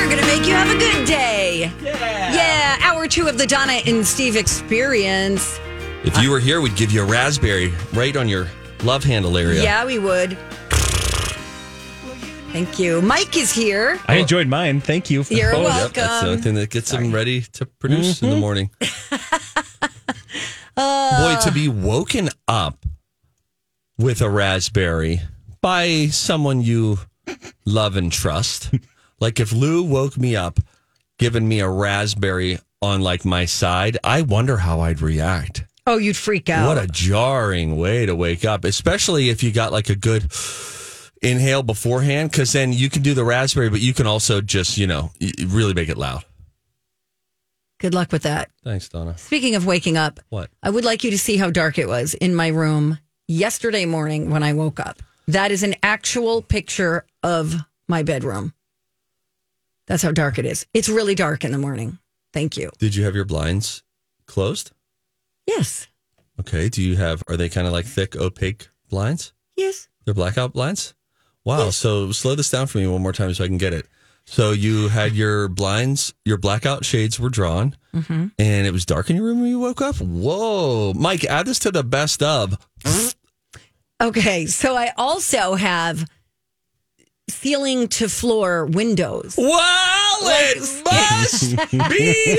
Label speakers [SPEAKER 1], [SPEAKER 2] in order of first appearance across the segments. [SPEAKER 1] Have a good day. Yeah. Yeah. Hour two of the Donna and Steve experience.
[SPEAKER 2] If you were here, we'd give you a raspberry right on your love handle area.
[SPEAKER 1] Yeah, we would. Thank you. Mike is here.
[SPEAKER 3] I enjoyed mine. Thank you. For
[SPEAKER 1] You're
[SPEAKER 3] both.
[SPEAKER 1] welcome.
[SPEAKER 2] Yep, that's the thing that gets them ready to produce in the morning. Boy, to be woken up with a raspberry by someone you love and trust. like if Lou woke me up giving me a raspberry on like my side, I wonder how I'd react.
[SPEAKER 1] Oh, you'd freak out.
[SPEAKER 2] What a jarring way to wake up, especially if you got like a good inhale beforehand, because then you can do the raspberry, but you can also just, you know, y- really make it loud.
[SPEAKER 1] Good luck with that.
[SPEAKER 2] Thanks, Donna.
[SPEAKER 1] Speaking of waking up,
[SPEAKER 2] What?
[SPEAKER 1] I would like you to see how dark it was in my room yesterday morning when I woke up. That is an actual picture of my bedroom. That's how dark it is. It's really dark in the morning. Thank you.
[SPEAKER 2] Did you have your blinds closed?
[SPEAKER 1] Yes.
[SPEAKER 2] Okay. Do you have, are they kind of like thick, opaque blinds?
[SPEAKER 1] Yes.
[SPEAKER 2] They're blackout blinds? Wow. So slow this down for me one more time so I can get it. So you had your blinds, your blackout shades were drawn, and it was dark in your room when you woke up? Whoa. Mike, add this to the best of.
[SPEAKER 1] Okay. So I also have ceiling to floor windows.
[SPEAKER 2] Well, it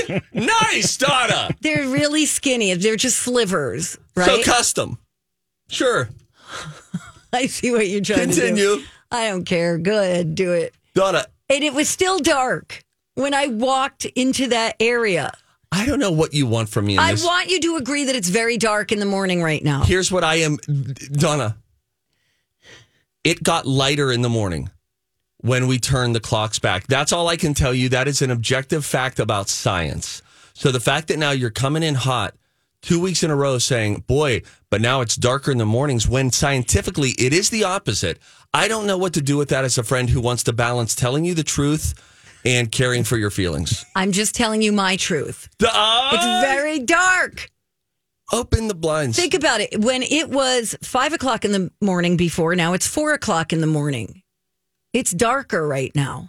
[SPEAKER 2] must be nice, Donna.
[SPEAKER 1] They're really skinny. They're just slivers,
[SPEAKER 2] So
[SPEAKER 1] right?
[SPEAKER 2] custom. Sure.
[SPEAKER 1] I see what you're trying to do.
[SPEAKER 2] Continue.
[SPEAKER 1] I don't care. Good. Do it.
[SPEAKER 2] Donna,
[SPEAKER 1] and it was still dark when I walked into that area.
[SPEAKER 2] I don't know what you want from me in
[SPEAKER 1] I
[SPEAKER 2] this.
[SPEAKER 1] want you to agree that it's very dark in the morning right now.
[SPEAKER 2] Here's what I am, Donna. It got lighter in the morning when we turned the clocks back. That's all I can tell you. That is an objective fact about science. So the fact that now you're coming in hot two weeks in a row saying, boy, but now it's darker in the mornings when scientifically it is the opposite. I don't know what to do with that as a friend who wants to balance telling you the truth and caring for your feelings.
[SPEAKER 1] I'm just telling you my truth.
[SPEAKER 2] The-
[SPEAKER 1] It's very dark.
[SPEAKER 2] Open the blinds.
[SPEAKER 1] Think about it. When it was five o'clock in the morning before, now it's four o'clock in the morning. It's darker right now.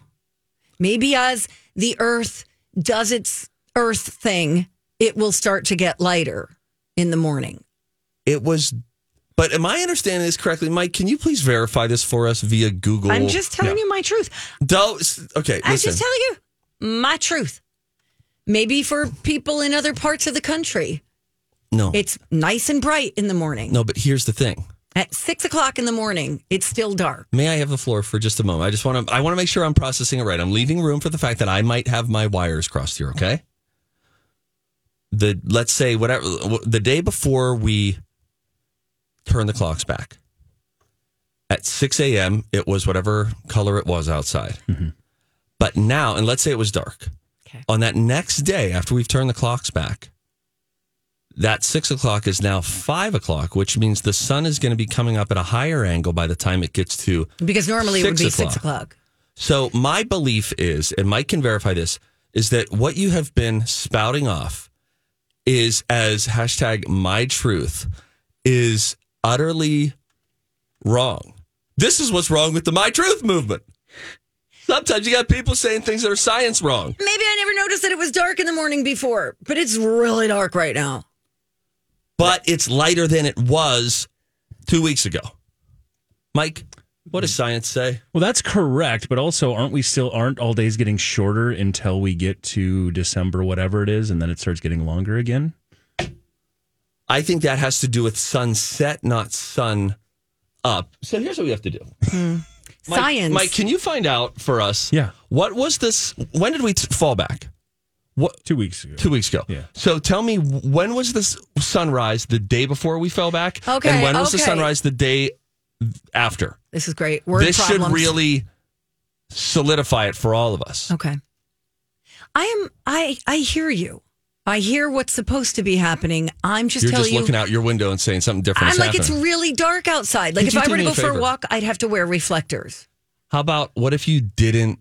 [SPEAKER 1] Maybe as the earth does its earth thing, it will start to get lighter in the morning.
[SPEAKER 2] it was but am i understanding this correctly mike can you please verify this for us via google
[SPEAKER 1] I'm just telling you my truth.
[SPEAKER 2] Don't- okay
[SPEAKER 1] I'm
[SPEAKER 2] listen
[SPEAKER 1] just telling you my truth. Maybe for people in other parts of the country,
[SPEAKER 2] no
[SPEAKER 1] it's nice and bright in the morning.
[SPEAKER 2] no but here's the thing
[SPEAKER 1] At six o'clock in the morning, it's still dark.
[SPEAKER 2] may i have the floor for just a moment i just want to i want to make sure i'm processing it right i'm leaving room for the fact that i might have my wires crossed here okay the let's say whatever the day before we turn the clocks back at 6 a.m it was whatever color it was outside but now and let's say it was dark
[SPEAKER 1] Okay.
[SPEAKER 2] on that next day after we've turned the clocks back that six o'clock is now five o'clock which means the sun is going to be coming up at a higher angle by the time it gets to
[SPEAKER 1] Because normally it would
[SPEAKER 2] Six
[SPEAKER 1] be
[SPEAKER 2] o'clock.
[SPEAKER 1] six o'clock.
[SPEAKER 2] so my belief is, and Mike can verify this, is that what you have been spouting off is as hashtag my truth is utterly wrong. This is what's wrong with the my truth movement. Sometimes you got people saying things that are science wrong.
[SPEAKER 1] Maybe I never noticed that it was dark in the morning before, but it's really dark right now.
[SPEAKER 2] but it's lighter than it was two weeks ago. Mike, what does science say?
[SPEAKER 3] Well, that's correct, but also aren't we still aren't all days getting shorter until we get to December, whatever it is, and then it starts getting longer again?
[SPEAKER 2] I think that has to do with sunset, not sun up. So here's what we have to do. Mike,
[SPEAKER 1] Science.
[SPEAKER 2] Mike, can you find out for us?
[SPEAKER 3] Yeah.
[SPEAKER 2] What was this? When did we t- fall back? What
[SPEAKER 3] Two weeks ago.
[SPEAKER 2] two weeks ago?
[SPEAKER 3] Yeah.
[SPEAKER 2] So tell me, when was this sunrise? The day before we fell back.
[SPEAKER 1] Okay,
[SPEAKER 2] And when was the
[SPEAKER 1] okay.
[SPEAKER 2] sunrise? The day after.
[SPEAKER 1] this is great. Word
[SPEAKER 2] this should
[SPEAKER 1] problems.
[SPEAKER 2] really solidify it for all of us.
[SPEAKER 1] Okay. I am I I hear you. I hear what's supposed to be happening. I'm just
[SPEAKER 2] You're
[SPEAKER 1] telling
[SPEAKER 2] just
[SPEAKER 1] you
[SPEAKER 2] looking out your window and saying something different.
[SPEAKER 1] I'm
[SPEAKER 2] is
[SPEAKER 1] like it's
[SPEAKER 2] happening.
[SPEAKER 1] really dark outside. Like
[SPEAKER 2] Could
[SPEAKER 1] if
[SPEAKER 2] you
[SPEAKER 1] I
[SPEAKER 2] do
[SPEAKER 1] were to
[SPEAKER 2] me
[SPEAKER 1] go
[SPEAKER 2] a
[SPEAKER 1] for a
[SPEAKER 2] favor?
[SPEAKER 1] walk, I'd have to wear reflectors.
[SPEAKER 2] How about what if you didn't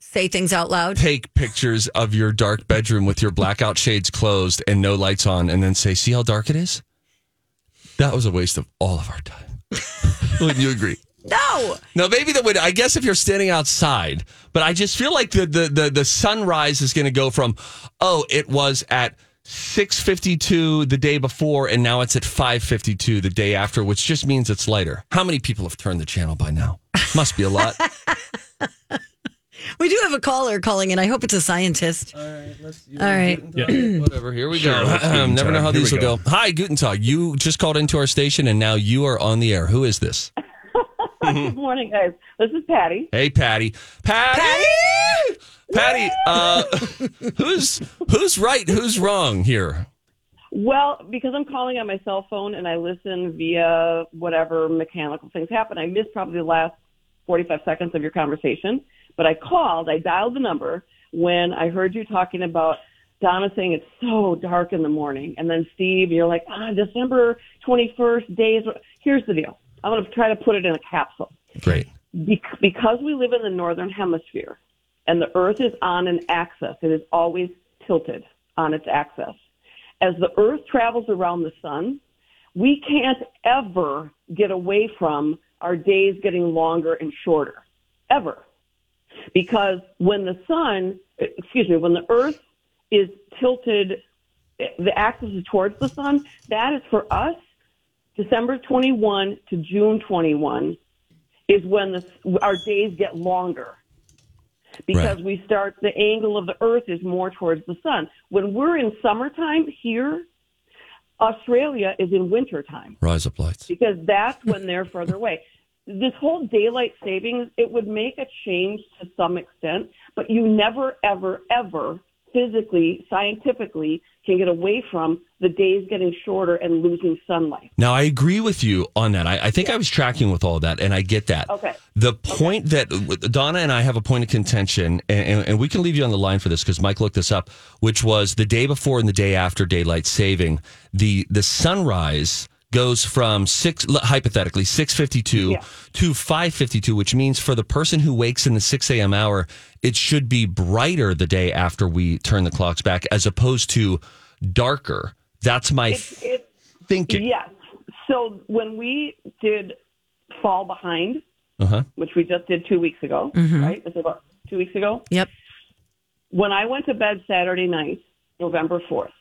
[SPEAKER 1] Say things out loud.
[SPEAKER 2] take pictures of your dark bedroom with your blackout shades closed and no lights on and then say, see how dark it is? That was a waste of all of our time. Wouldn't you agree?
[SPEAKER 1] No.
[SPEAKER 2] No, maybe that would. I guess if you're standing outside, but I just feel like the the the, the sunrise is going to go from, oh, it was at. 652 the day before and now it's at 552 the day after which just means it's later how many people have turned the channel by now must be a lot
[SPEAKER 1] We do have a caller calling in. I hope it's a scientist. All right.
[SPEAKER 2] whatever here we go
[SPEAKER 3] let's Guten
[SPEAKER 2] never know
[SPEAKER 3] Tag.
[SPEAKER 2] how
[SPEAKER 3] Here
[SPEAKER 2] these
[SPEAKER 3] we
[SPEAKER 2] will go. hi guten tag you just called into our station and now you are on the air who is this
[SPEAKER 4] Good morning, guys. This is Patty.
[SPEAKER 2] Hey, Patty. Patty. Patty. Uh, who's who's right? Who's wrong here?
[SPEAKER 4] Well, because I'm calling on my cell phone and I listen via whatever mechanical things happen, I missed probably the last 45 seconds of your conversation. But I called, I dialed the number when I heard you talking about Donna saying it's so dark in the morning. And then Steve, you're like, ah, December 21st, days. Here's the deal. I'm going to try to put it in a capsule.
[SPEAKER 2] Great.
[SPEAKER 4] Bec- because we live in the northern hemisphere and the earth is on an axis, it is always tilted on its axis. As the earth travels around the sun, we can't ever get away from our days getting longer and shorter. Ever. Because when the sun, excuse me, when the earth is tilted, the axis is towards the sun, that is for us December 21 to June 21 is when the, our days get longer because
[SPEAKER 2] Right.
[SPEAKER 4] we start the angle of the earth is more towards the sun when we're in summertime here australia is in wintertime
[SPEAKER 2] Rise up lights.
[SPEAKER 4] because that's when they're further away this whole daylight savings it would make a change to some extent but you never ever ever physically scientifically can get away from the days getting shorter and losing sunlight
[SPEAKER 2] Now I agree with you on that. I, I think I was tracking with all that, and I get that.
[SPEAKER 4] Okay.
[SPEAKER 2] The point that Donna and I have a point of contention, and, and, and we can leave you on the line for this because Mike looked this up, which was the day before and the day after daylight saving. The the sunrise goes from six hypothetically six fifty two
[SPEAKER 4] Yeah.
[SPEAKER 2] to five fifty two, which means for the person who wakes in the six a.m. hour, it should be brighter the day after we turn the clocks back, as opposed to darker. That's my
[SPEAKER 4] it,
[SPEAKER 2] thinking.
[SPEAKER 4] Yes. So when we did Fall Behind,
[SPEAKER 2] Uh-huh.
[SPEAKER 4] which we just did two weeks ago, right? It's about two weeks ago.
[SPEAKER 1] Yep.
[SPEAKER 4] When I went to bed Saturday night, November 4th,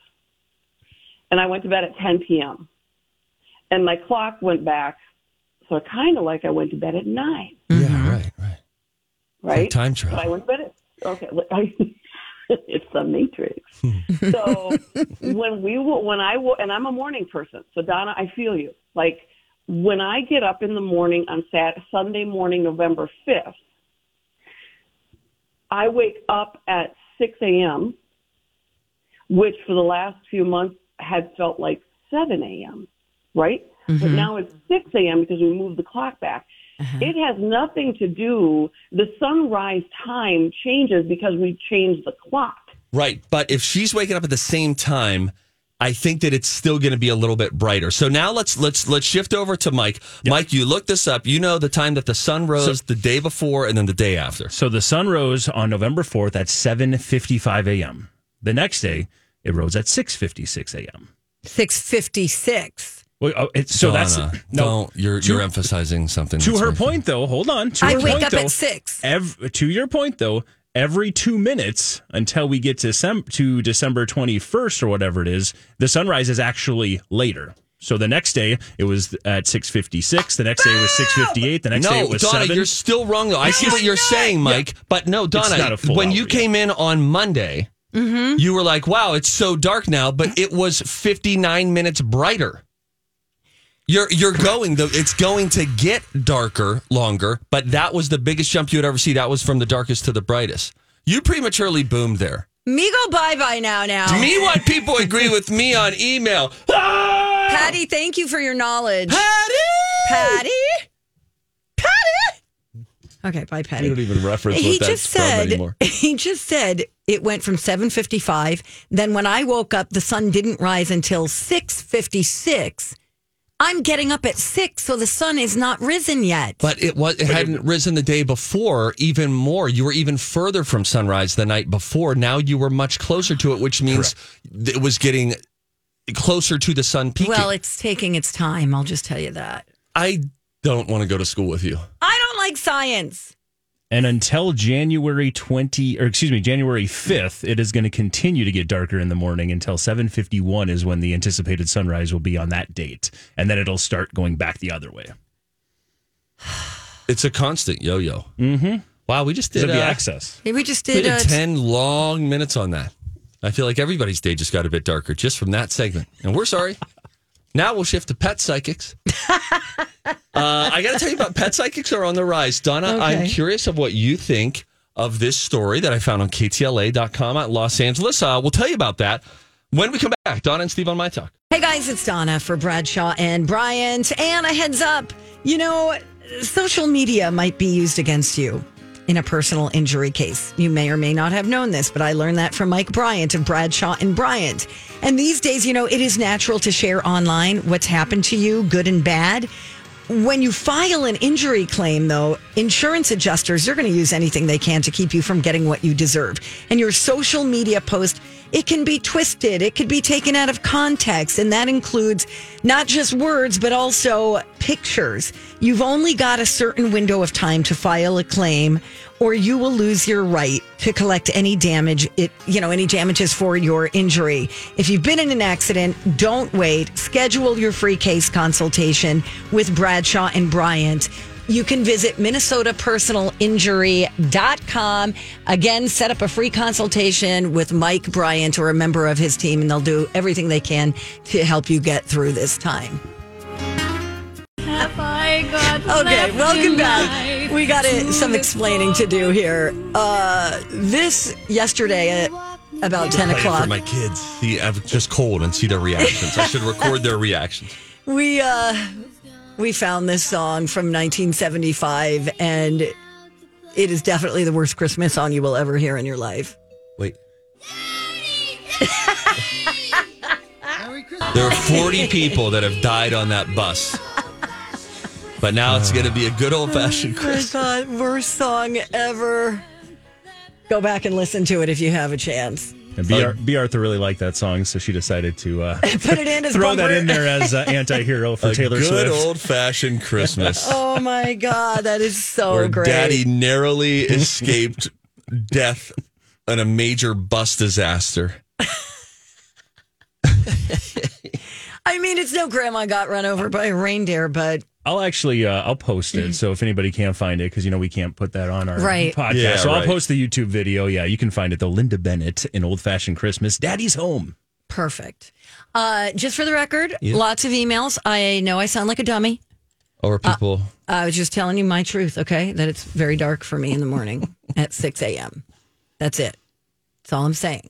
[SPEAKER 4] and I went to bed at 10 p.m., and my clock went back, so kind of like I went to bed at 9,
[SPEAKER 2] Yeah, right, right.
[SPEAKER 4] right?
[SPEAKER 2] time
[SPEAKER 4] But I
[SPEAKER 2] travel.
[SPEAKER 4] went to bed at, okay, look, I, it's the Matrix. so when we wo- when I wo- and I'm a morning person, so Donna, I feel you. Like when I get up in the morning on Sat Sunday morning, November fifth, I wake up at six a.m., which for the last few months had felt like seven a.m. Right, but now it's six a.m. because we moved the clock back. It has nothing to do. The sunrise time changes because we changed the clock.
[SPEAKER 2] Right. But if she's waking up at the same time, I think that it's still going to be a little bit brighter. So now let's let's let's shift over to Mike. Mike, you looked this up. You know the time that the sun rose the day before and then the day after.
[SPEAKER 3] So the sun rose on November 4th at 7:55 a.m. The next day, it rose at 6:56 a.m.
[SPEAKER 1] 656.
[SPEAKER 3] Well, oh, it, so that's
[SPEAKER 2] Donna,
[SPEAKER 3] no.
[SPEAKER 2] don't- you're
[SPEAKER 3] to,
[SPEAKER 2] you're emphasizing something.
[SPEAKER 3] to
[SPEAKER 2] that's
[SPEAKER 3] her
[SPEAKER 2] making-
[SPEAKER 3] point though. Hold on. To
[SPEAKER 1] I
[SPEAKER 3] her
[SPEAKER 1] wake
[SPEAKER 3] point,
[SPEAKER 1] up
[SPEAKER 3] though,
[SPEAKER 1] at 6.
[SPEAKER 3] ev- to your point though, every two minutes until we get to December, to December 21st or whatever it is, the sunrise is actually later. So the next day it was at 6:56. The next day it was 6:58. The next day
[SPEAKER 2] No,
[SPEAKER 3] it was
[SPEAKER 2] Donna,
[SPEAKER 3] 7.
[SPEAKER 2] you're still wrong though. I see what you're saying, Mike. But no, Donna,
[SPEAKER 3] not a full
[SPEAKER 2] when
[SPEAKER 3] hour
[SPEAKER 2] you
[SPEAKER 3] yet.
[SPEAKER 2] came in on Monday, you were like, "Wow, it's so dark now," but it was 59 minutes brighter. You're you're going the it's going to get darker longer, but that was the biggest jump you would ever see. That was from the darkest to the brightest. You prematurely boomed there.
[SPEAKER 1] Me go bye bye now. Now,
[SPEAKER 2] Me want people agree with me on email. Ah!
[SPEAKER 1] Patty, thank you for your knowledge.
[SPEAKER 2] Patty!
[SPEAKER 1] Patty, Patty. Okay, bye, Patty.
[SPEAKER 2] even reference
[SPEAKER 1] he just said he just said it went from 7:55 then when I woke up the sun didn't rise until 6:56 I'm getting up at 6 so the sun is not risen yet
[SPEAKER 2] But it was it hadn't risen the day before even more. You were even further from sunrise the night before. Now you were much closer to it, which means th- it was getting closer to the sun peaking.
[SPEAKER 1] well it's taking its time I'll just tell you that
[SPEAKER 2] I don't want to go to school with you.
[SPEAKER 1] I don't like science.
[SPEAKER 3] And until January 20 or excuse me, January 5th, it is going to continue to get darker in the morning until 7:51 is when the anticipated sunrise will be on that date, and then it'll start going back the other way.
[SPEAKER 2] It's a constant yo-yo. Mm-hmm. Wow, we just did,
[SPEAKER 3] It'll be
[SPEAKER 2] uh,
[SPEAKER 3] access.
[SPEAKER 1] Hey, we just
[SPEAKER 2] we
[SPEAKER 1] did,
[SPEAKER 2] did
[SPEAKER 1] uh,
[SPEAKER 2] ten long minutes on that. I feel like everybody's day just got a bit darker just from that segment, and we're sorry. now we'll shift to pet psychics. uh, I got to tell you about pet psychics are on the rise, Donna. I'm
[SPEAKER 1] Okay.
[SPEAKER 2] curious of what you think of this story that I found on KTLA.com at Los Angeles. Uh, we'll tell you about that when we come back. Donna and Steve on my talk.
[SPEAKER 1] Hey guys, it's Donna for Bradshaw and Bryant. And a heads up, you know, social media might be used against you in a personal injury case. You may or may not have known this, but I learned that from Mike Bryant of Bradshaw and Bryant. And these days, you know, it is natural to share online what's happened to you, good and bad. When you file an injury claim, though, insurance adjusters, they're going to use anything they can to keep you from getting what you deserve. And your social media post, it can be twisted, it could be taken out of context. And that includes not just words, but also pictures. You've only got a certain window of time to file a claim, or you will lose your right to collect any damage, it, you know, any damages for your injury. If you've been in an accident, don't wait. Schedule your free case consultation with Bradshaw and Bryant. You can visit minnesotapersonalinjury.com. Again, set up a free consultation with Mike Bryant or a member of his team, and they'll do everything they can to help you get through this time. Okay, welcome back. We got uh, some explaining to do here. Uh, this yesterday at about 10
[SPEAKER 2] Play it
[SPEAKER 1] o'clock,
[SPEAKER 2] for my kids. See, I'm just cold and see their reactions. I should record their reactions.
[SPEAKER 1] we, uh, we found this song from 1975, and it is definitely the worst Christmas song you will ever hear in your life.
[SPEAKER 2] Wait. there are 40 people that have died on that bus. But now it's going to be a good old fashioned
[SPEAKER 1] Oh
[SPEAKER 2] Christmas.
[SPEAKER 1] my God, worst song ever. Go back and listen to it if you have a chance.
[SPEAKER 3] And B. Ar- B. Arthur really liked that song, so she decided to uh,
[SPEAKER 1] Put it in as
[SPEAKER 3] throw that
[SPEAKER 1] bumper.
[SPEAKER 3] in there as uh, anti-hero for
[SPEAKER 2] A
[SPEAKER 3] Taylor
[SPEAKER 2] good
[SPEAKER 3] Swift.
[SPEAKER 2] old fashioned Christmas.
[SPEAKER 1] Oh my God, that is so
[SPEAKER 2] where
[SPEAKER 1] Oh, great.
[SPEAKER 2] daddy narrowly escaped death in a major bus disaster.
[SPEAKER 1] I mean, it's no grandma got run over by a reindeer, but
[SPEAKER 3] I'll actually uh, I'll post it. So if anybody can't find it, because you know we can't put that on our
[SPEAKER 1] Right.
[SPEAKER 3] podcast,
[SPEAKER 2] Yeah,
[SPEAKER 3] so I'll
[SPEAKER 2] right.
[SPEAKER 3] post the YouTube video. Yeah, you can find it though. Linda Bennett in Old Fashioned Christmas, Daddy's Home.
[SPEAKER 1] Perfect. Uh, just for the record, lots of emails. I know I sound like a dummy.
[SPEAKER 2] Or
[SPEAKER 1] Uh.
[SPEAKER 2] people.
[SPEAKER 1] I was just telling you my truth, okay? That it's very dark for me in the morning at 6 a.m. That's it. That's all I'm saying.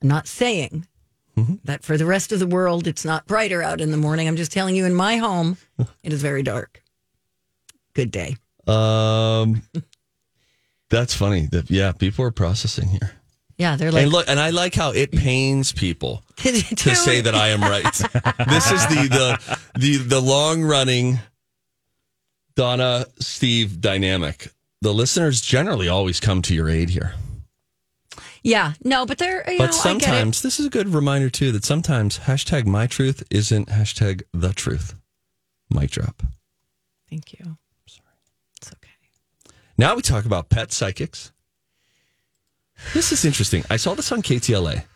[SPEAKER 1] I'm not saying
[SPEAKER 2] Mm-hmm.
[SPEAKER 1] that for the rest of the world, it's not brighter out in the morning. I'm just telling you, in my home, it is very dark. Good day.
[SPEAKER 2] um, that's funny. That, yeah, people are processing here.
[SPEAKER 1] Yeah, they're like,
[SPEAKER 2] and look, and I like how it pains people to say that I am right. this is the the the the long running Donna Steve dynamic. The listeners generally always come to your aid here,
[SPEAKER 1] Yeah, no, but they're, you know,
[SPEAKER 2] but
[SPEAKER 1] I get it.
[SPEAKER 2] sometimes this is a good reminder too that sometimes hashtag my truth isn't hashtag the truth. Mic drop.
[SPEAKER 1] Thank you. Sorry. It's okay.
[SPEAKER 2] Now we talk about pet psychics. This is interesting. I saw this on KTLA. It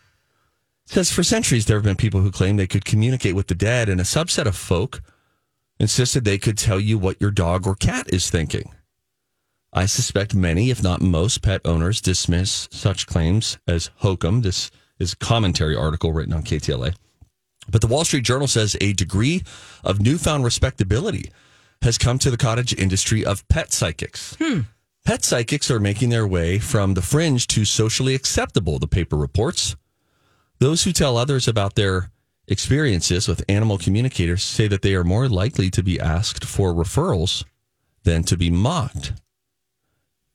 [SPEAKER 2] says for centuries there have been people who claim they could communicate with the dead, and a subset of folk insisted they could tell you what your dog or cat is thinking. I suspect many, if not most, pet owners dismiss such claims as hokum. This is a commentary article written on KTLA. But the Wall Street Journal says a degree of newfound respectability has come to the cottage industry of pet psychics. Pet psychics are making their way from the fringe to socially acceptable, the paper reports. Those who tell others about their experiences with animal communicators say that they are more likely to be asked for referrals than to be mocked.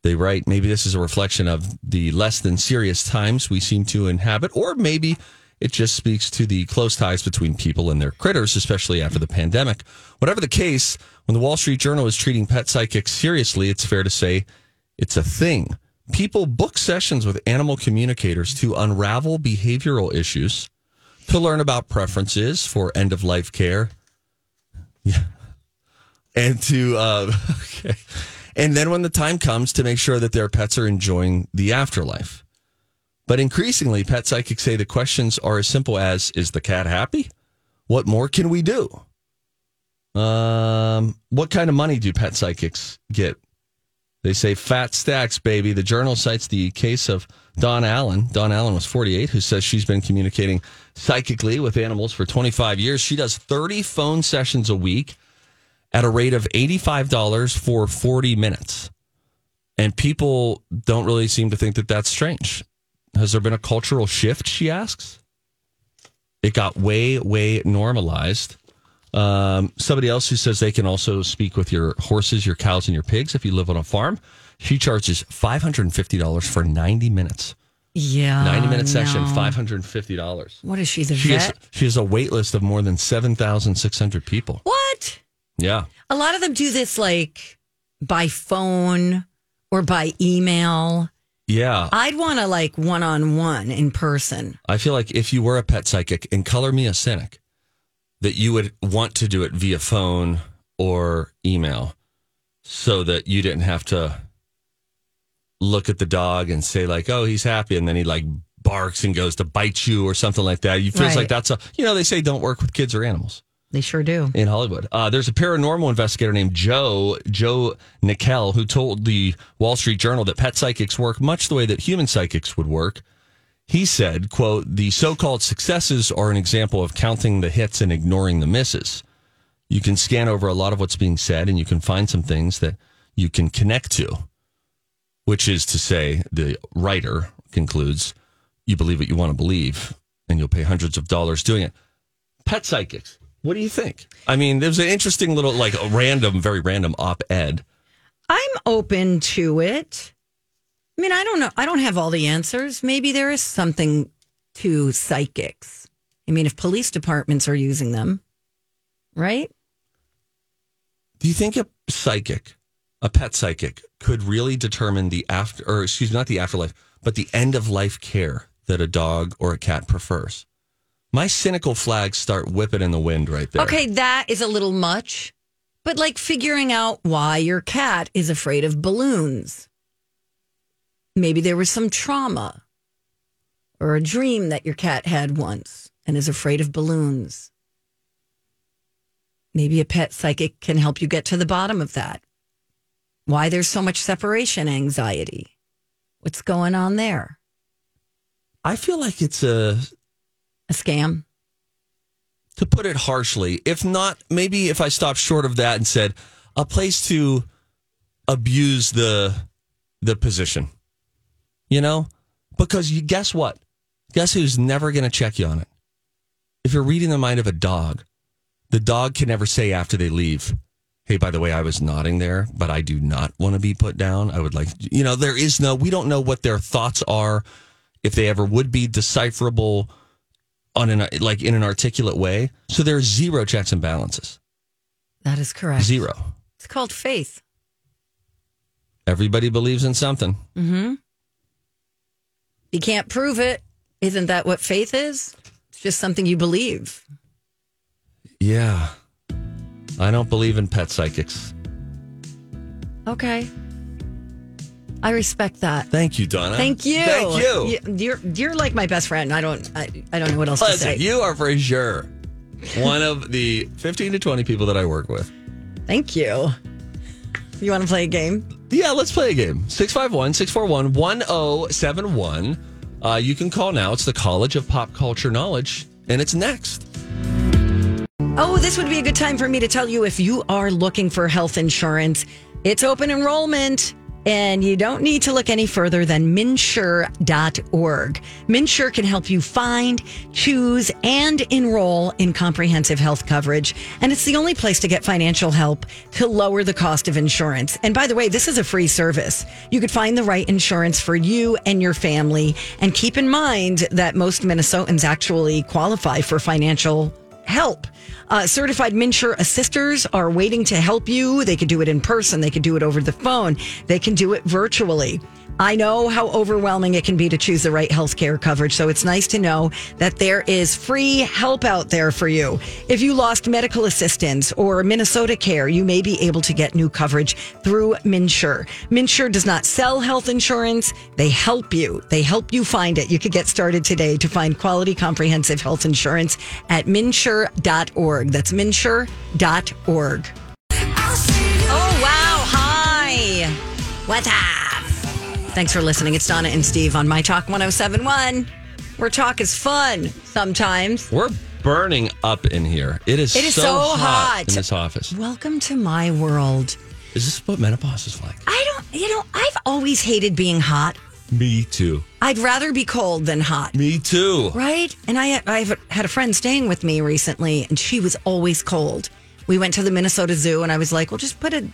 [SPEAKER 2] They write, maybe this is a reflection of the less than serious times we seem to inhabit, or maybe it just speaks to the close ties between people and their critters, especially after the pandemic. Whatever the case, when the Wall Street Journal is treating pet psychics seriously, it's fair to say it's a thing. People book sessions with animal communicators to unravel behavioral issues, to learn about preferences for end of life care. Yeah. and to uh, okay. and then when the time comes to make sure that their pets are enjoying the afterlife. But increasingly, pet psychics say the questions are as simple as: Is the cat happy? What more can we do? Um, what kind of money do pet psychics get? They say fat stacks, baby. The journal cites the case of Don Allen. Don Allen was 48, who says she's been communicating psychically with animals for 25 years. She does 30 phone sessions a week at a rate of $85 for 40 minutes. And people don't really seem to think that that's strange. Has there been a cultural shift? She asks. It got way, way normalized. Um, somebody else who says they can also speak with your horses, your cows, and your pigs if you live on a farm. She charges five hundred and fifty dollars for ninety minutes.
[SPEAKER 1] Yeah.
[SPEAKER 2] Ninety minute session,
[SPEAKER 1] Oh, no.
[SPEAKER 2] five hundred and fifty dollars.
[SPEAKER 1] What is she, the
[SPEAKER 2] She
[SPEAKER 1] vet?
[SPEAKER 2] has she has a wait list of more than seven thousand six hundred people.
[SPEAKER 1] what?
[SPEAKER 2] Yeah,
[SPEAKER 1] A lot of them do this like by phone or by email.
[SPEAKER 2] yeah.
[SPEAKER 1] I'd want to like one on one in person.
[SPEAKER 2] I feel like if you were a pet psychic and color me a cynic, that you would want to do it via phone or email so that you didn't have to look at the dog and say like, "Oh, he's happy," and then he like barks and goes to bite you or something like that. You feels
[SPEAKER 1] Right.
[SPEAKER 2] like that's a you know they say don't work with kids or animals
[SPEAKER 1] They sure do.
[SPEAKER 2] in Hollywood. Uh, there's a paranormal investigator named Joe Joe Nickel who told the Wall Street Journal that pet psychics work much the way that human psychics would work. He said, "quote The so-called successes are an example of counting the hits and ignoring the misses. You can scan over a lot of what's being said, and you can find some things that you can connect to." Which is to say, the writer concludes, "You believe what you want to believe, and you'll pay hundreds of dollars doing it." pet psychics. What do you think? I mean, there's an interesting little, like, a random, very random op ed.
[SPEAKER 1] I'm open to it. I mean, I don't know. I don't have all the answers. Maybe there is something to psychics. I mean, if police departments are using them, right?
[SPEAKER 2] Do you think a psychic, a pet psychic, could really determine the after, or excuse me, not the afterlife, but the end of life care that a dog or a cat prefers? My cynical flags start whipping in the wind right there.
[SPEAKER 1] Okay, that is a little much. But like figuring out why your cat is afraid of balloons. Maybe there was some trauma or a dream that your cat had once and is afraid of balloons. Maybe a pet psychic can help you get to the bottom of that. Why there's so much separation anxiety. What's going on there?
[SPEAKER 2] I feel like it's a,
[SPEAKER 1] A scam?
[SPEAKER 2] to put it harshly, if not, maybe if I stopped short of that and said a place to abuse the the position, you know, because you guess what? Guess who's never going to check you on it? If you're reading the mind of a dog, the dog can never say after they leave, "Hey, by the way, I was nodding there, but I do not want to be put down. I would like, you know, there is no. We don't know what their thoughts are, if they ever would be decipherable." on an like in an articulate way. So there are zero checks and balances.
[SPEAKER 1] That is correct.
[SPEAKER 2] Zero.
[SPEAKER 1] It's called faith.
[SPEAKER 2] Everybody believes in something.
[SPEAKER 1] Mm-hmm. you can't prove it. Isn't that what faith is? It's just something you believe.
[SPEAKER 2] Yeah. I don't believe in pet psychics.
[SPEAKER 1] Okay. I respect that.
[SPEAKER 2] Thank you, Donna.
[SPEAKER 1] Thank you.
[SPEAKER 2] Thank you.
[SPEAKER 1] you. are you're like my best friend. I don't I, I don't know what else to say.
[SPEAKER 2] Listen, you are for sure one of the 15 to 20 people that I work with.
[SPEAKER 1] Thank you. You want to play a game?
[SPEAKER 2] Yeah, let's play a game. 651 641 1071. Uh, you can call now. It's the College of Pop Culture Knowledge, and it's next.
[SPEAKER 1] Oh, this would be a good time for me to tell you if you are looking for health insurance, it's open enrollment. And you don't need to look any further than minsure.org. Minsure can help you find, choose, and enroll in comprehensive health coverage. And it's the only place to get financial help to lower the cost of insurance. And by the way, this is a free service. You could find the right insurance for you and your family. And keep in mind that most Minnesotans actually qualify for financial help. Uh, certified Minsure assisters are waiting to help you. They could do it in person, they could do it over the phone, they can do it virtually. I know how overwhelming it can be to choose the right healthcare coverage, so it's nice to know that there is free help out there for you. If you lost medical assistance or Minnesota Care, you may be able to get new coverage through Minsure. Minsure does not sell health insurance, they help you. They help you find it. You could get started today to find quality comprehensive health insurance at minsure.org. That's minsure.org. Oh, wow. Hi. What's up? Thanks for listening. It's Donna and Steve on My Talk 1071, where talk is fun sometimes.
[SPEAKER 2] We're burning up in here. It is,
[SPEAKER 1] It is
[SPEAKER 2] so,
[SPEAKER 1] so
[SPEAKER 2] hot,
[SPEAKER 1] hot.
[SPEAKER 2] in this office.
[SPEAKER 1] Welcome to my world.
[SPEAKER 2] Is this what menopause is like?
[SPEAKER 1] I don't, you know, I've always hated being hot.
[SPEAKER 2] Me too.
[SPEAKER 1] I'd rather be cold than hot.
[SPEAKER 2] Me too.
[SPEAKER 1] Right? And I I've had a friend staying with me recently and she was always cold. We went to the Minnesota Zoo and I was like, "Well, just put a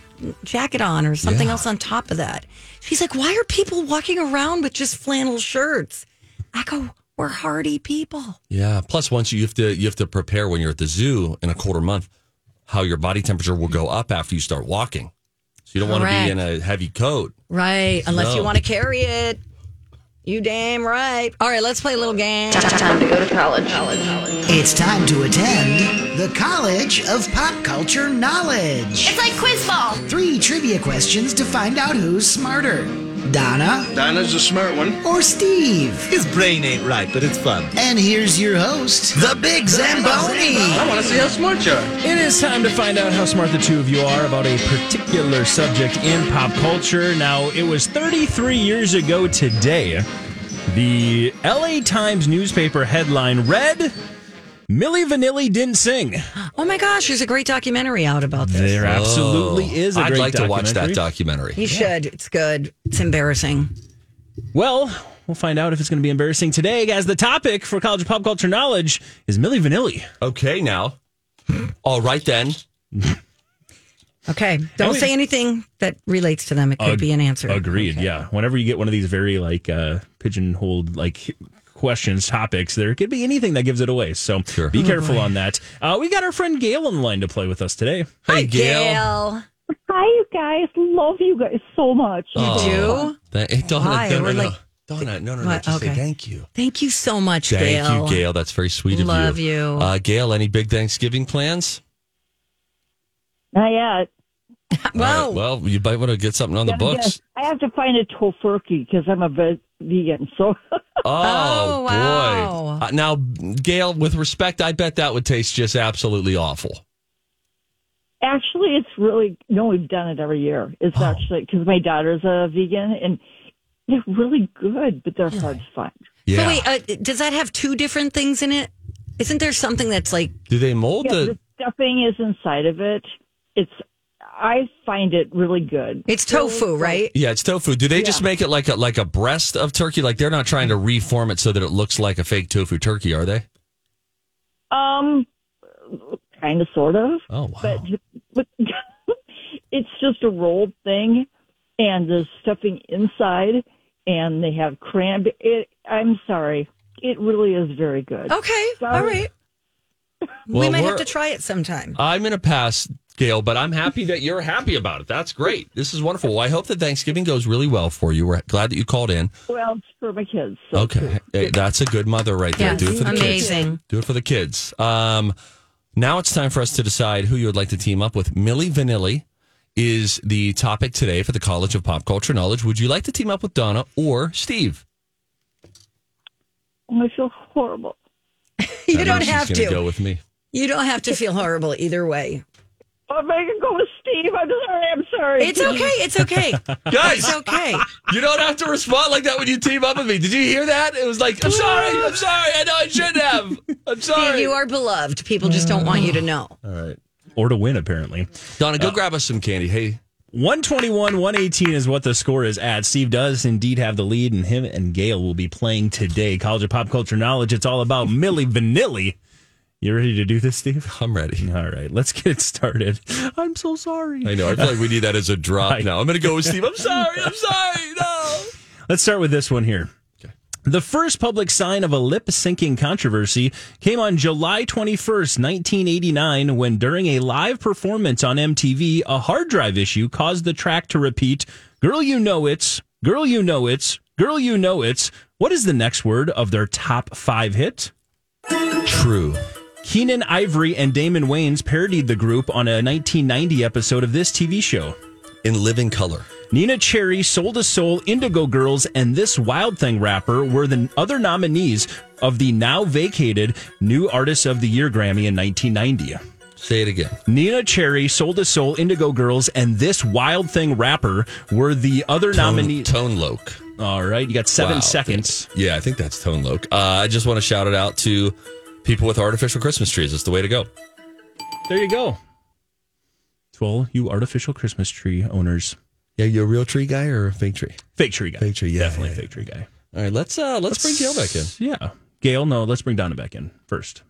[SPEAKER 1] jacket on or something else on top of that." She's like, "Why are people walking around with just flannel shirts?" I go, "We're hardy people."
[SPEAKER 2] Yeah. Plus, once you have to you have to prepare when you're at the zoo in a quarter month, how your body temperature will go up after you start walking. So you don't want to be
[SPEAKER 1] Correct.
[SPEAKER 2] in a heavy coat.
[SPEAKER 1] Right, unless you
[SPEAKER 2] No.
[SPEAKER 1] want to carry it. You damn right. All right, let's play a little game.
[SPEAKER 5] Time to go to college.
[SPEAKER 6] It's time to attend the College of Pop Culture Knowledge.
[SPEAKER 7] It's like quiz ball.
[SPEAKER 6] Three trivia questions to find out who's smarter Donna
[SPEAKER 8] Dinah's a smart one.
[SPEAKER 6] or Steve.
[SPEAKER 9] His brain ain't right, but it's fun.
[SPEAKER 6] And here's your host, the Big Zamboni.
[SPEAKER 8] I want to see how smart you are.
[SPEAKER 3] It is time to find out how smart the two of you are about a particular subject in pop culture. Now, it was 33 years ago today. The LA Times newspaper headline read Millie Vanilli didn't sing.
[SPEAKER 1] Oh my gosh, there's a great documentary out about this.
[SPEAKER 3] There absolutely
[SPEAKER 2] Oh,
[SPEAKER 3] is a
[SPEAKER 2] I'd
[SPEAKER 3] great
[SPEAKER 2] like to watch that documentary.
[SPEAKER 3] documentary.
[SPEAKER 1] You should. It's good. It's embarrassing.
[SPEAKER 3] Well, we'll find out if it's going to be embarrassing today, guys. The topic for College of Pop Culture Knowledge is Millie Vanilli.
[SPEAKER 2] Okay, now. All right then.
[SPEAKER 1] Okay. Don't
[SPEAKER 2] Oh,
[SPEAKER 3] we-
[SPEAKER 1] say anything that relates to them. It could
[SPEAKER 3] Ag-
[SPEAKER 1] be an answer.
[SPEAKER 3] Agreed. Yeah. Whenever you get one of these very like uh, pigeonholed like questions, topics, there could be anything that gives it away. So be careful on that. Uh, we got our friend Gail on the line to play with us today.
[SPEAKER 1] Hi,
[SPEAKER 2] Hey, Gail.
[SPEAKER 1] Gail.
[SPEAKER 4] Hi, you guys. Love you guys so much.
[SPEAKER 2] Oh.
[SPEAKER 1] Do.
[SPEAKER 2] Th- hey, Donna,
[SPEAKER 1] Why?
[SPEAKER 2] no,
[SPEAKER 1] We're
[SPEAKER 2] no, no.
[SPEAKER 1] like-
[SPEAKER 2] Donna, no, no, no.
[SPEAKER 1] What?
[SPEAKER 2] Just say
[SPEAKER 1] Okay.
[SPEAKER 2] thank you.
[SPEAKER 1] Thank you so much,
[SPEAKER 2] Thank
[SPEAKER 1] Gail.
[SPEAKER 2] you, Gail. That's very sweet of you.
[SPEAKER 1] Love you.
[SPEAKER 2] Uh, Gail, any big Thanksgiving plans?
[SPEAKER 4] Not yet.
[SPEAKER 1] Wow.
[SPEAKER 2] All right, well, you might want to get something on the books.
[SPEAKER 4] I have to find a tofurkey because I'm a ve- vegan. So
[SPEAKER 2] Oh,
[SPEAKER 1] Oh, wow.
[SPEAKER 2] boy. Uh, now, Gail, with respect, I bet that would taste just absolutely awful.
[SPEAKER 4] actually, it's really no. We've done it every year. It's actually because my daughter's a vegan and they're really good, but they're hard to find.
[SPEAKER 1] So wait, uh, does that have two different things in it? Isn't there something that's like
[SPEAKER 2] Do they mold
[SPEAKER 4] Yeah,
[SPEAKER 2] the?
[SPEAKER 4] the stuffing is inside of it. It's I find it really good.
[SPEAKER 1] it's tofu, right?
[SPEAKER 2] Yeah, it's tofu. Do they just make it like a like a breast of turkey? Like they're not trying to reform it so that it looks like a fake tofu turkey, are they?
[SPEAKER 4] Um, kind of, sort of,
[SPEAKER 2] Oh wow.
[SPEAKER 4] but but it's just a rolled thing, and there's stuffing inside, and they have cranberry. It, I'm sorry, it really is very
[SPEAKER 5] Oh.
[SPEAKER 4] good.
[SPEAKER 1] Okay. All right. we
[SPEAKER 2] Well,
[SPEAKER 1] might have
[SPEAKER 2] we're-
[SPEAKER 1] to try it sometime.
[SPEAKER 2] I'm gonna pass, Gail, but I'm happy that you're happy about it. That's great. This is wonderful. Well, I hope that Thanksgiving goes really well for you. We're glad that you called in.
[SPEAKER 4] Well, it's for my kids. So
[SPEAKER 2] Okay, Hey, that's a good mother right there. Do it for the kids.
[SPEAKER 1] amazing.
[SPEAKER 2] Do it for the kids. Um, now it's time for us to decide who you would like to team up with. Millie Vanilli is the topic today for the College of Pop Culture Knowledge. Would you like to team up with Donna or Steve?
[SPEAKER 4] I feel horrible.
[SPEAKER 1] You
[SPEAKER 2] I know
[SPEAKER 1] don't
[SPEAKER 2] she's
[SPEAKER 1] have
[SPEAKER 2] gonna
[SPEAKER 1] to.
[SPEAKER 2] go with me.
[SPEAKER 1] You don't have to feel horrible either way.
[SPEAKER 4] Oh, if I could go with Steve, I'm sorry. I'm sorry.
[SPEAKER 1] It's okay. It's okay.
[SPEAKER 2] Guys,
[SPEAKER 1] It's okay.
[SPEAKER 2] you don't have to respond like that when you team up with me. Did you hear that? It was like, I'm sorry, I'm sorry. I know I shouldn't have. I'm sorry.
[SPEAKER 1] You are beloved. People just don't want you to know.
[SPEAKER 3] Or to win, apparently.
[SPEAKER 2] Donna, go grab us some candy. Hey,
[SPEAKER 3] 121, 118 is what the score is at. Steve does indeed have the lead, and him and Gail will be playing today. College of Pop Culture Knowledge. It's all about Millie Vanilli. You ready to do this, Steve?
[SPEAKER 2] I'm ready.
[SPEAKER 3] All right, let's get started. I'm so sorry.
[SPEAKER 2] I know. I feel like we need that as a drop
[SPEAKER 3] Right.
[SPEAKER 2] now. I'm going to go with Steve. I'm sorry. I'm sorry. No.
[SPEAKER 3] Let's start with this one here. The first public sign of a lip syncing controversy came on July 21st, 1989, when during a live performance on MTV, a hard drive issue caused the track to repeat, Girl You Know It's Girl, you know it's. Girl, you know it's. What is the next word of their top five hit?
[SPEAKER 2] True.
[SPEAKER 3] Keenan Ivory and Damon Wayans parodied the group on a 1990 episode of this TV show.
[SPEAKER 2] In living color.
[SPEAKER 3] Nina Cherry, Soul to Soul, Indigo Girls, and this Wild Thing rapper were the other nominees of the now vacated New Artist of the Year Grammy in 1990.
[SPEAKER 2] Say it again.
[SPEAKER 3] Nina Cherry, Soul to Soul, Indigo Girls, and this Wild Thing rapper were the other
[SPEAKER 2] Tone,
[SPEAKER 3] nominees.
[SPEAKER 2] tone Loke.
[SPEAKER 3] All right, you got seven
[SPEAKER 2] Wow,
[SPEAKER 3] seconds.
[SPEAKER 2] thanks. Yeah, I think that's Tone Loke. Uh, I just want to shout it out to people with artificial Christmas trees. It's the way to go.
[SPEAKER 3] There you go. To all you artificial Christmas tree owners,
[SPEAKER 2] Yeah, you a real tree guy or a fake tree?
[SPEAKER 3] fake tree guy,
[SPEAKER 2] Fake tree, yeah,
[SPEAKER 3] definitely
[SPEAKER 2] yeah,
[SPEAKER 3] fake tree guy.
[SPEAKER 2] All right, let's uh let's bring Gail back in.
[SPEAKER 3] Yeah, Gail. No, let's bring Donna back in first.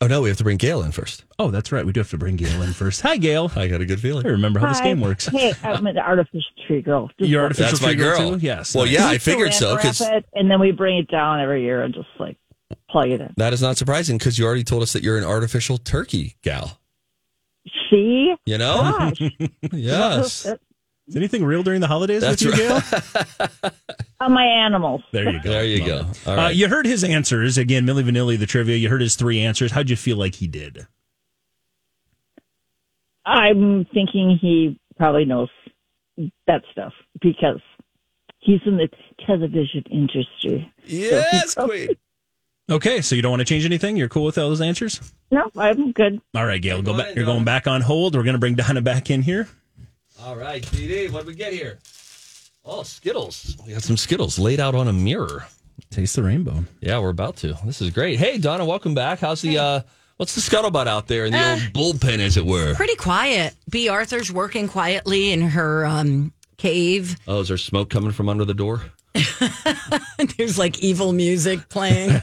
[SPEAKER 2] Oh no, we have to bring Gail in first.
[SPEAKER 3] Oh, that's right. We do have to bring Gail in first. Hi, Gail.
[SPEAKER 2] I got a good
[SPEAKER 3] I
[SPEAKER 2] feeling.
[SPEAKER 3] remember how this
[SPEAKER 5] Hi.
[SPEAKER 3] game works.
[SPEAKER 5] Hey, I'm an artificial tree girl. Just
[SPEAKER 3] Your
[SPEAKER 5] like-
[SPEAKER 3] artificial
[SPEAKER 2] That's my
[SPEAKER 3] tree girl,
[SPEAKER 2] girl.
[SPEAKER 3] too? Yes.
[SPEAKER 2] Well,
[SPEAKER 3] nice.
[SPEAKER 2] yeah, I
[SPEAKER 5] We used to
[SPEAKER 2] figured
[SPEAKER 5] land
[SPEAKER 2] so
[SPEAKER 5] wrap
[SPEAKER 2] because
[SPEAKER 5] it, and then we bring it down every year and just like plug it in.
[SPEAKER 2] that is not surprising because you already told us that you're an artificial turkey gal.
[SPEAKER 5] See?
[SPEAKER 2] You know?
[SPEAKER 3] Ah.
[SPEAKER 5] Gosh.
[SPEAKER 2] yes.
[SPEAKER 3] Is anything real during the holidays
[SPEAKER 2] That's
[SPEAKER 3] with you, Gail?
[SPEAKER 5] on my animals.
[SPEAKER 3] There you go.
[SPEAKER 2] There you
[SPEAKER 3] Love
[SPEAKER 2] go.
[SPEAKER 3] it.
[SPEAKER 2] All right.
[SPEAKER 3] Uh, you heard his answers again, Millie Vanilli, the trivia. You heard his three answers. How'd you feel like he did?
[SPEAKER 5] I'm thinking he probably knows that stuff because he's in the television industry.
[SPEAKER 2] Yes, Queen.
[SPEAKER 3] Okay, so you don't want to change anything. You're cool with those answers.
[SPEAKER 5] No, I'm good.
[SPEAKER 3] All right, Gail, go
[SPEAKER 2] Good
[SPEAKER 3] back.
[SPEAKER 2] morning,
[SPEAKER 3] You're going
[SPEAKER 2] Donna.
[SPEAKER 3] back on hold. We're going to bring Donna back in here.
[SPEAKER 2] All right, DD, what do we get here? Oh, Skittles. We got some Skittles laid out on a mirror.
[SPEAKER 3] Taste the rainbow.
[SPEAKER 2] Yeah, we're about to. This is great. Hey, Donna, welcome back. How's the uh what's the scuttlebutt out there in the
[SPEAKER 1] Uh.
[SPEAKER 2] old bullpen as it were?
[SPEAKER 1] Pretty quiet. B. Arthur's working quietly in her um, cave.
[SPEAKER 2] Oh, is there smoke coming from under the door?
[SPEAKER 1] There's like evil music playing.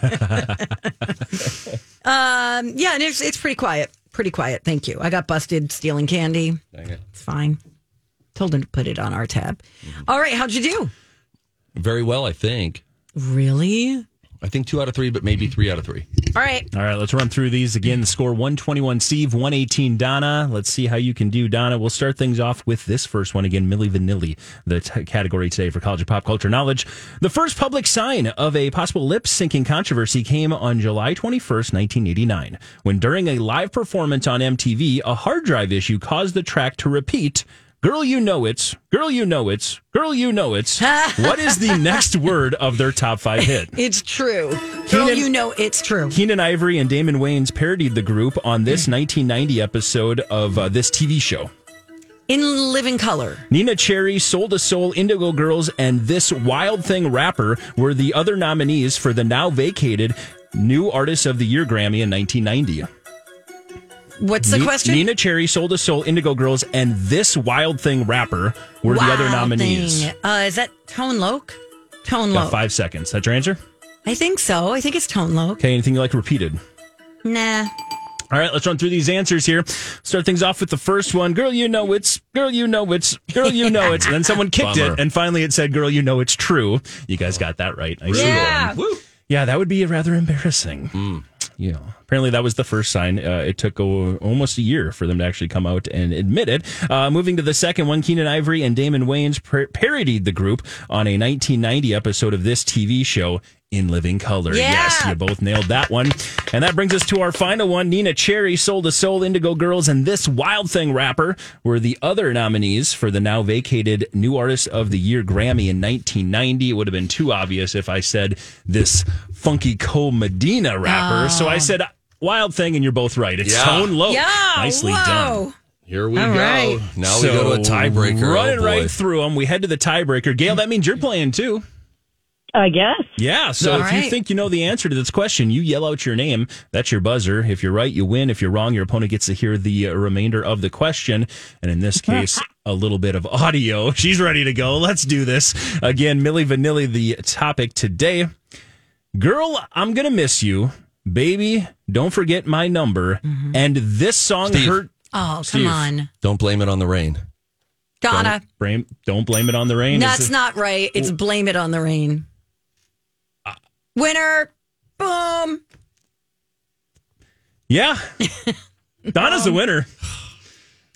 [SPEAKER 1] um, yeah, and it's it's pretty quiet. Pretty quiet. Thank you. I got busted stealing candy. It's fine. Told him to put it on our tab.
[SPEAKER 3] Mm-hmm.
[SPEAKER 1] All right, how'd you do?
[SPEAKER 2] Very well, I think.
[SPEAKER 1] Really?
[SPEAKER 2] I think two out of three, but maybe three out of three.
[SPEAKER 1] All right.
[SPEAKER 3] All right, let's run through these again. The score 121 Steve, 118 Donna. Let's see how you can do, Donna. We'll start things off with this first one again, Millie Vanilli, the t- category today for College of Pop Culture Knowledge. The first public sign of a possible lip syncing controversy came on July 21st, 1989, when during a live performance on MTV, a hard drive issue caused the track to repeat. Girl, you know it's. Girl, you know it's. Girl, you know it's. what is the next word of their top five hit?
[SPEAKER 1] It's true. Girl,
[SPEAKER 3] Keenan-
[SPEAKER 1] you know it's true.
[SPEAKER 3] Keenan Ivory and Damon Wayans parodied the group on this
[SPEAKER 1] Hmm.
[SPEAKER 3] 1990 episode of uh, this TV show.
[SPEAKER 1] In living color.
[SPEAKER 3] Nina Cherry, Soul to Soul, Indigo Girls, and this Wild Thing rapper were the other nominees for the now vacated New Artist of the Year Grammy in 1990.
[SPEAKER 1] What's the
[SPEAKER 3] Ni-
[SPEAKER 1] question?
[SPEAKER 3] Nina Cherry, Soul to Soul, Indigo Girls, and this Wild Thing rapper were the other
[SPEAKER 1] Wow,
[SPEAKER 3] nominees.
[SPEAKER 1] thing. Uh, is that Tone Loke? Tone
[SPEAKER 3] Got
[SPEAKER 1] Loke.
[SPEAKER 3] five seconds. That's your answer?
[SPEAKER 1] I think so. I think it's Tone Loke.
[SPEAKER 3] Okay, anything you like repeated?
[SPEAKER 1] Nah.
[SPEAKER 3] All right, let's run through these answers here. Start things off with the first one. Girl, you know it's. Girl, you know it's. Girl, you know it's. And then someone kicked
[SPEAKER 2] Bummer.
[SPEAKER 3] it, and finally it said, "Girl, you know it's true." You guys got that right. Nice
[SPEAKER 1] Yeah.
[SPEAKER 2] Woo.
[SPEAKER 3] yeah, that would be rather embarrassing. Yeah. Apparently, that was the first sign. Uh, it took o almost a year for them to actually come out and admit it. Uh, moving to the second one, Keenan Ivory and Damon Wayans par- parodied the group on a 1990 episode of this TV show. In Living Color.
[SPEAKER 1] Yeah.
[SPEAKER 3] Yes, you both nailed that one. And that brings us to our final one. Nina Cherry, Soul to Soul, Indigo Girls, and this Wild Thing rapper were the other nominees for the now vacated New Artist of the Year Grammy in 1990. It would have been too obvious if I said this funky Co Medina rapper. So I said Wild Thing, and you're both right. It's
[SPEAKER 2] Yeah.
[SPEAKER 3] Tone Low.
[SPEAKER 1] Oh. Yeah.
[SPEAKER 3] Nicely
[SPEAKER 1] whoa.
[SPEAKER 3] done.
[SPEAKER 2] Here we
[SPEAKER 1] All
[SPEAKER 2] go.
[SPEAKER 1] right.
[SPEAKER 2] Now we go to a
[SPEAKER 3] So,
[SPEAKER 2] tiebreaker.
[SPEAKER 3] Running
[SPEAKER 2] oh, boy.
[SPEAKER 3] right through them. We head to the tiebreaker. Gail, that means you're playing too.
[SPEAKER 5] I guess.
[SPEAKER 3] Yeah. So
[SPEAKER 1] All
[SPEAKER 3] if you
[SPEAKER 1] right.
[SPEAKER 3] think you know the answer to this question, you yell out your name. That's your buzzer. If you're right, you win. If you're wrong, your opponent gets to hear the uh, remainder of the question. And in this case, a little bit of audio. She's ready to go. Let's do this. Again, Millie Vanilli, the topic today. Girl, I'm going to miss you. Baby, don't forget my number.
[SPEAKER 1] Mm-hmm.
[SPEAKER 3] And this song
[SPEAKER 2] Steve.
[SPEAKER 3] hurt.
[SPEAKER 1] Oh, come
[SPEAKER 3] Steve.
[SPEAKER 1] on.
[SPEAKER 2] Don't blame it on the rain.
[SPEAKER 1] Donna.
[SPEAKER 3] Blame, don't blame it on the rain. Is
[SPEAKER 1] That's
[SPEAKER 3] it-
[SPEAKER 1] not right. It's blame it on the rain.
[SPEAKER 2] Ah.
[SPEAKER 1] Winner. Boom.
[SPEAKER 3] Yeah. Donna's the winner.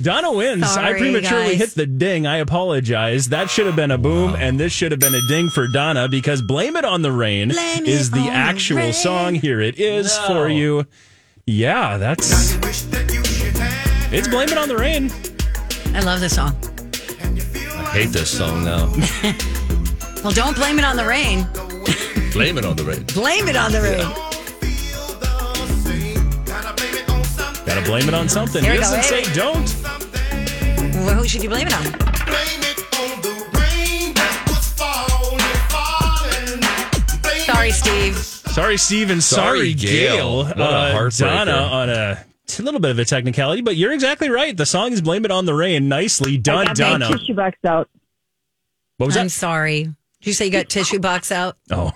[SPEAKER 3] Donna wins.
[SPEAKER 1] Um, Sorry,
[SPEAKER 3] I prematurely
[SPEAKER 1] guys.
[SPEAKER 3] hit the ding. I apologize. That should have been a boom, and this should have been a ding for Donna because Blame It on the Rain
[SPEAKER 1] Blame
[SPEAKER 3] is
[SPEAKER 1] it
[SPEAKER 3] the
[SPEAKER 1] on the
[SPEAKER 3] actual
[SPEAKER 1] rain.
[SPEAKER 3] song. Here it is
[SPEAKER 2] No.
[SPEAKER 3] for you. Yeah, that's. It's Blame It on the Rain.
[SPEAKER 1] I love this song.
[SPEAKER 2] I hate this song now.
[SPEAKER 1] Well, don't blame it on the rain.
[SPEAKER 2] Blame it on the rain.
[SPEAKER 1] Blame it on the rain.
[SPEAKER 3] Gotta blame it on something.
[SPEAKER 1] Here
[SPEAKER 3] He
[SPEAKER 1] we go.
[SPEAKER 3] doesn't say
[SPEAKER 1] Hey.
[SPEAKER 3] don't.
[SPEAKER 1] Well, who should you blame it on? Sorry, Steve.
[SPEAKER 3] Sorry, Steve, and sorry,
[SPEAKER 2] Sorry,
[SPEAKER 3] Gail. Uh,
[SPEAKER 2] Gail. What a heartbreaker.
[SPEAKER 3] Donna on a t- little bit of a technicality, but you're exactly right. The song is Blame It on the Rain. Nicely
[SPEAKER 5] I
[SPEAKER 3] done,
[SPEAKER 5] got
[SPEAKER 3] Donna.
[SPEAKER 5] my tissue box out.
[SPEAKER 3] What was
[SPEAKER 1] I'm
[SPEAKER 3] that?
[SPEAKER 1] sorry. Did you say you got tissue box out?
[SPEAKER 3] Oh,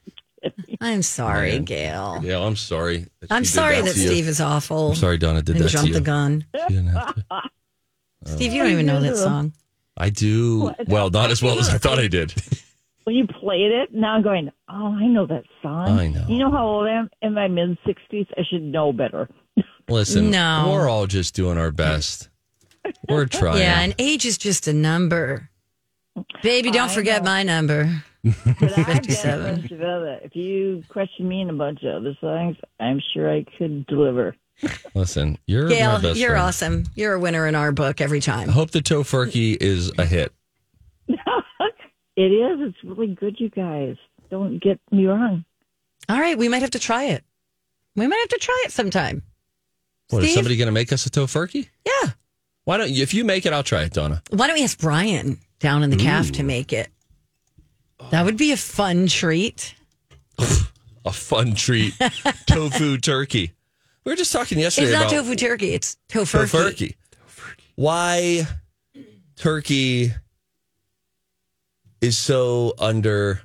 [SPEAKER 1] I'm sorry, Gail.
[SPEAKER 2] Yeah, I'm sorry. that
[SPEAKER 1] I'm
[SPEAKER 2] she did
[SPEAKER 1] sorry that
[SPEAKER 2] to you.
[SPEAKER 1] Steve is awful
[SPEAKER 2] I'm sorry Donna did
[SPEAKER 1] and
[SPEAKER 2] that to
[SPEAKER 1] jumped
[SPEAKER 2] you.
[SPEAKER 1] the gun.
[SPEAKER 2] She didn't have to.
[SPEAKER 1] Steve, you don't even know that song.
[SPEAKER 2] I do well, not as well as I thought I did.
[SPEAKER 5] When you played it, now I'm going, oh, I know that song.
[SPEAKER 2] I know.
[SPEAKER 5] You know how old I am? In my mid 60s, I should know better.
[SPEAKER 2] Listen,
[SPEAKER 1] No.
[SPEAKER 2] we're all just doing our best. We're trying.
[SPEAKER 1] Yeah, and age is just a number. Baby, don't forget my number.
[SPEAKER 5] But I've got a
[SPEAKER 1] 57.
[SPEAKER 5] bunch of other. If you question me in a bunch of other songs, I'm sure I could deliver.
[SPEAKER 2] Listen, you're my
[SPEAKER 1] Gail,
[SPEAKER 2] best
[SPEAKER 1] you're
[SPEAKER 2] friend.
[SPEAKER 1] awesome. You're a winner in our book every time.
[SPEAKER 2] I hope the tofurkey is a hit.
[SPEAKER 5] It is. It's really good, you guys. Don't get me wrong.
[SPEAKER 1] All right, we might have to try it. We might have to try it sometime.
[SPEAKER 2] What is
[SPEAKER 1] Steve?
[SPEAKER 2] somebody going to make us a tofurkey?
[SPEAKER 1] Yeah.
[SPEAKER 2] Why don't you? If you make it, I'll try it, Donna.
[SPEAKER 1] Why don't we ask Brian down in the calf to make it? That would be a fun treat.
[SPEAKER 2] A fun treat, tofu turkey. We were just talking yesterday
[SPEAKER 1] It's not
[SPEAKER 2] about
[SPEAKER 1] tofu turkey, it's tofurkey.
[SPEAKER 2] tofurkey. Why turkey is so under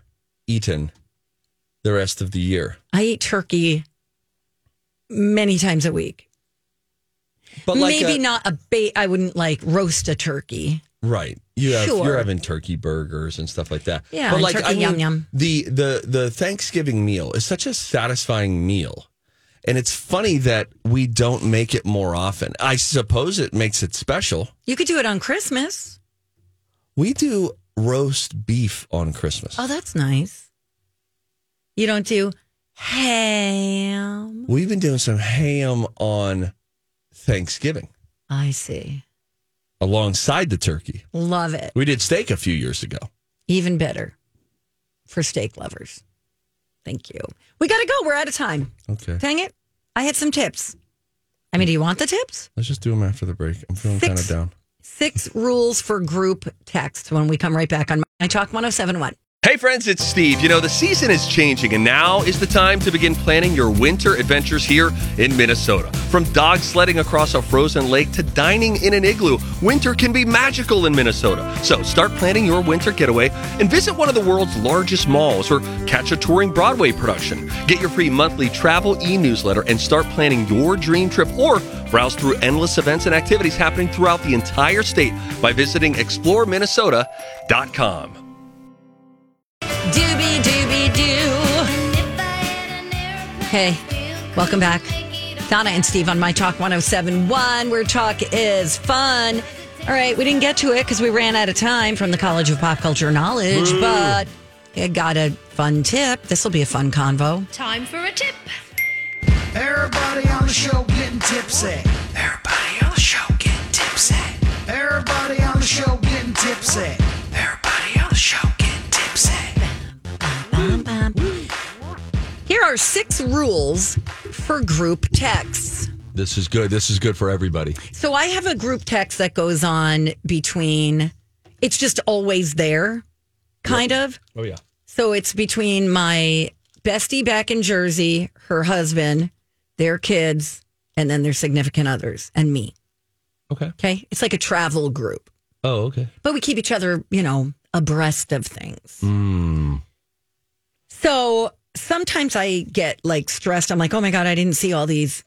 [SPEAKER 2] eaten the rest of the year?
[SPEAKER 1] I eat turkey many times a week.
[SPEAKER 2] But like
[SPEAKER 1] Maybe
[SPEAKER 2] a-
[SPEAKER 1] not a bait. I wouldn't like roast a turkey.
[SPEAKER 2] Right. You have,
[SPEAKER 1] Sure.
[SPEAKER 2] You're having turkey burgers and stuff like that.
[SPEAKER 1] Yeah, and turkey yum yum.
[SPEAKER 2] The, the, the Thanksgiving meal is such a satisfying meal. And it's funny that we don't make it more often. I suppose it makes it special.
[SPEAKER 1] You could do it on Christmas.
[SPEAKER 2] We do roast beef on Christmas.
[SPEAKER 1] Oh, that's nice. You don't do ham.
[SPEAKER 2] We've been doing some ham on Thanksgiving
[SPEAKER 1] I see.
[SPEAKER 2] alongside the turkey.
[SPEAKER 1] Love it.
[SPEAKER 2] We did steak a few years ago.
[SPEAKER 1] Even better for steak lovers. Thank you. We got to go. We're out of time.
[SPEAKER 2] Okay.
[SPEAKER 1] Dang it. I had some tips. I mean, do you want the tips?
[SPEAKER 2] Let's just do them after the break. I'm feeling kind
[SPEAKER 1] Six.
[SPEAKER 2] of down.
[SPEAKER 1] Six rules for group text when we come right back on My Talk 1071.
[SPEAKER 2] Hey friends, it's Steve. You know, the season is changing, and now is the time to begin planning your winter adventures here in Minnesota. From dog sledding across a frozen lake to dining in an igloo, winter can be magical in Minnesota. So start planning your winter getaway and visit one of the world's largest malls or catch a touring Broadway production. Get your free monthly travel e newsletter and start planning your dream trip or browse through endless events and activities happening throughout the entire state by visiting exploreminnesota.com.
[SPEAKER 1] Doobie doobie doo. Hey, welcome back. Donna and Steve on My Talk 1071, where talk is fun. All right, we didn't get to it because we ran out of time from the College of Pop Culture Knowledge, but I got a fun tip. This will be a fun convo.
[SPEAKER 7] Time for a tip.
[SPEAKER 6] Everybody on the show getting tipsy. Everybody on the show getting tipsy. Everybody on the show getting tipsy. Everybody on the show getting tipsy.
[SPEAKER 1] Bum, bum. Here are six rules for group texts.
[SPEAKER 2] This is good. This is good for everybody.
[SPEAKER 1] So I have a group text that goes on between, it's just always there, kind of.
[SPEAKER 2] Oh yeah.
[SPEAKER 1] So it's between my bestie back in Jersey, her husband, their kids, and then their significant others, and me.
[SPEAKER 2] Okay.
[SPEAKER 1] Okay. It's like a travel group,
[SPEAKER 2] Oh, okay.
[SPEAKER 1] but we keep each other, you know, abreast of things. So sometimes I get like stressed. I'm like, oh my God, I didn't see all these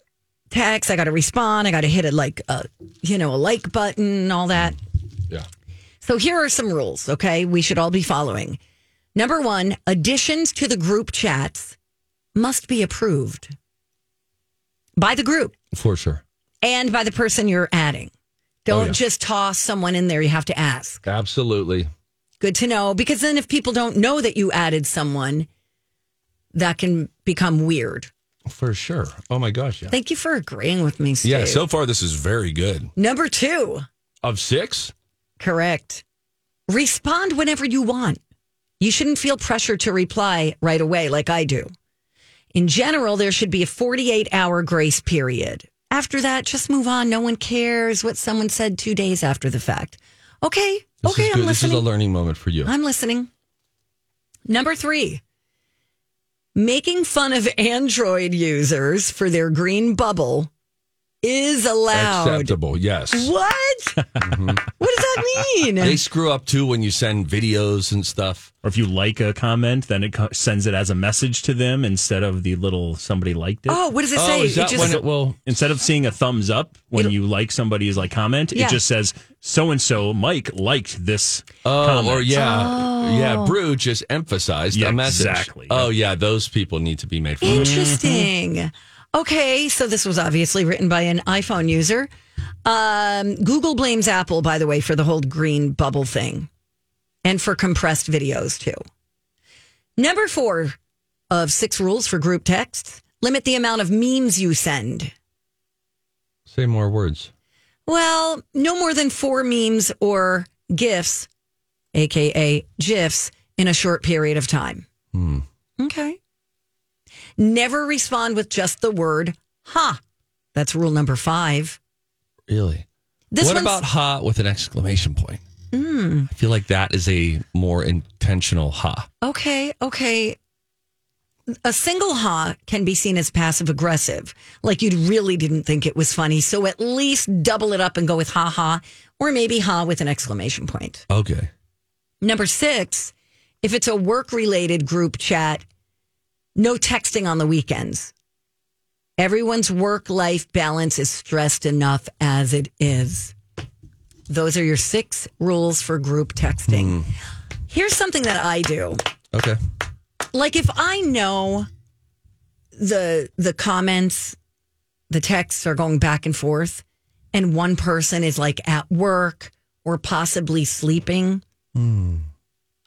[SPEAKER 1] texts. I got to respond. I got to hit it like a, you know, a like button and all that.
[SPEAKER 2] Yeah.
[SPEAKER 1] So here are some rules, okay? We should all be following. Number one, additions to the group chats must be approved by the group
[SPEAKER 2] For sure.
[SPEAKER 1] and by the person you're adding. Don't just toss someone in there. You have to ask.
[SPEAKER 10] Absolutely.
[SPEAKER 1] Good to know. Because then if people don't know that you added someone, that can become weird.
[SPEAKER 10] For sure. Oh my gosh. Yeah.
[SPEAKER 1] Thank you for agreeing with me, Stu.
[SPEAKER 10] Yeah. So far, this is very good.
[SPEAKER 1] Number two.
[SPEAKER 10] Of six?
[SPEAKER 1] Correct. Respond whenever you want. You shouldn't feel pressure to reply right away like I do. In general, there should be a 48 hour grace period. After that, just move on. No one cares what someone said two days after the fact. Okay.
[SPEAKER 10] This
[SPEAKER 1] okay.
[SPEAKER 10] is
[SPEAKER 1] I'm
[SPEAKER 10] good. This is a
[SPEAKER 1] listening.
[SPEAKER 10] learning moment for you.
[SPEAKER 1] I'm listening. Number three, making fun of Android users for their green bubble is allowed.
[SPEAKER 10] Acceptable. Yes.
[SPEAKER 1] What? What does that mean?
[SPEAKER 10] Mm-hmm. They screw up too when you send videos and stuff.
[SPEAKER 3] Or if you like a comment, then it co- sends it as a message to them instead of the little somebody liked it.
[SPEAKER 1] oh, what does it say?
[SPEAKER 10] oh, is
[SPEAKER 1] It
[SPEAKER 10] that
[SPEAKER 1] just-
[SPEAKER 10] when it will?
[SPEAKER 3] Instead of seeing a thumbs up when you like somebody's like comment,
[SPEAKER 1] Yeah.
[SPEAKER 3] it just says so and so Mike liked this
[SPEAKER 10] Oh,
[SPEAKER 3] comment.
[SPEAKER 10] or yeah,
[SPEAKER 1] Oh.
[SPEAKER 10] yeah. Brew just emphasized
[SPEAKER 3] Yeah,
[SPEAKER 10] a message.
[SPEAKER 3] exactly.
[SPEAKER 10] Oh yeah, those people need to be made fun. of.
[SPEAKER 1] Interesting. Okay, so this was obviously written by an iPhone user. Um, Google blames Apple, by the way, for the whole green bubble thing and for compressed videos, too. Number four of six rules for group texts limit the amount of memes you send.
[SPEAKER 10] Say more words.
[SPEAKER 1] Well, no more than four memes or GIFs, AKA GIFs, in a short period of time.
[SPEAKER 10] Hmm.
[SPEAKER 1] Okay. Never respond with just the word, ha. That's rule number five.
[SPEAKER 10] Really?
[SPEAKER 1] This
[SPEAKER 10] what
[SPEAKER 1] one's Hmm.
[SPEAKER 10] about ha with an exclamation point? I feel like that is a more intentional ha.
[SPEAKER 1] okay, okay. A single ha can be seen as passive aggressive, like you really didn't think it was funny. So at least double it up and go with ha ha, or maybe ha with an exclamation point.
[SPEAKER 10] Okay.
[SPEAKER 1] Number six, if it's a work related group chat, no texting on the weekends. Everyone's work life balance is stressed enough as it is. Those are your six rules for group texting. Here's something that I do
[SPEAKER 10] Okay.
[SPEAKER 1] like if I know the the comments, the texts are going back and forth, and one person is like at work or possibly sleeping,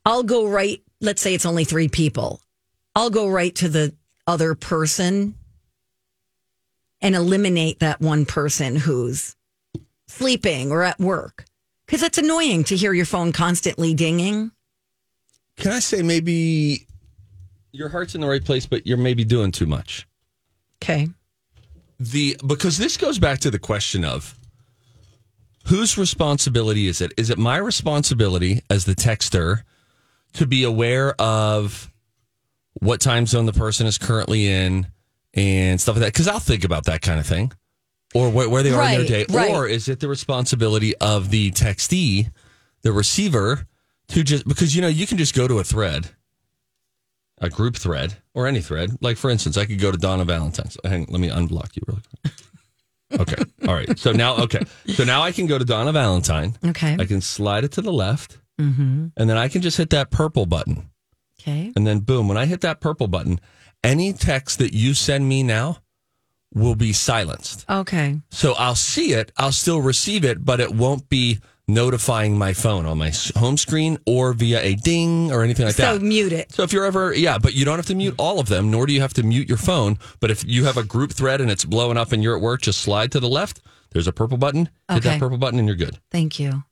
[SPEAKER 1] I'll go right. Let's say it's only three people. I'll go right to the other person and eliminate that one person who's sleeping or at work because that's annoying to hear your phone constantly dinging.
[SPEAKER 10] Can I say maybe your heart's in the right place, but you're maybe doing too much?
[SPEAKER 1] Okay.
[SPEAKER 10] the because this goes back to the question of whose responsibility is it? Is it my responsibility as the texter to be aware of what time zone the person is currently in and stuff like that? Because I'll think about that kind of thing or where, where they are in
[SPEAKER 1] Right,
[SPEAKER 10] their day.
[SPEAKER 1] right.
[SPEAKER 10] Or is it the responsibility of the textee, the receiver, to just because you know you can just go to a thread a group thread or any thread. Like for instance, I could go to Donna Valentine's. Hang, let me unblock you really quick. Okay. All right. So now, okay. So now I can go to Donna Valentine.
[SPEAKER 1] Okay. Mm-hmm.
[SPEAKER 10] I can slide it to the left, and then I can just hit that purple button,
[SPEAKER 1] Okay.
[SPEAKER 10] and then boom. When I hit that purple button, any text that you send me now will be silenced.
[SPEAKER 1] Okay.
[SPEAKER 10] So I'll see it. I'll still receive it, but it won't be notifying my phone on my s- home screen or via a ding or anything like
[SPEAKER 1] So
[SPEAKER 10] that.
[SPEAKER 1] mute it.
[SPEAKER 10] So if you're ever, yeah, but you don't have to mute all of them, nor do you have to mute your phone. But if you have a group thread and it's blowing up and you're at work, just slide to the left. There's a purple button. Hit
[SPEAKER 1] Okay.
[SPEAKER 10] that purple button and you're good.
[SPEAKER 1] Thank you.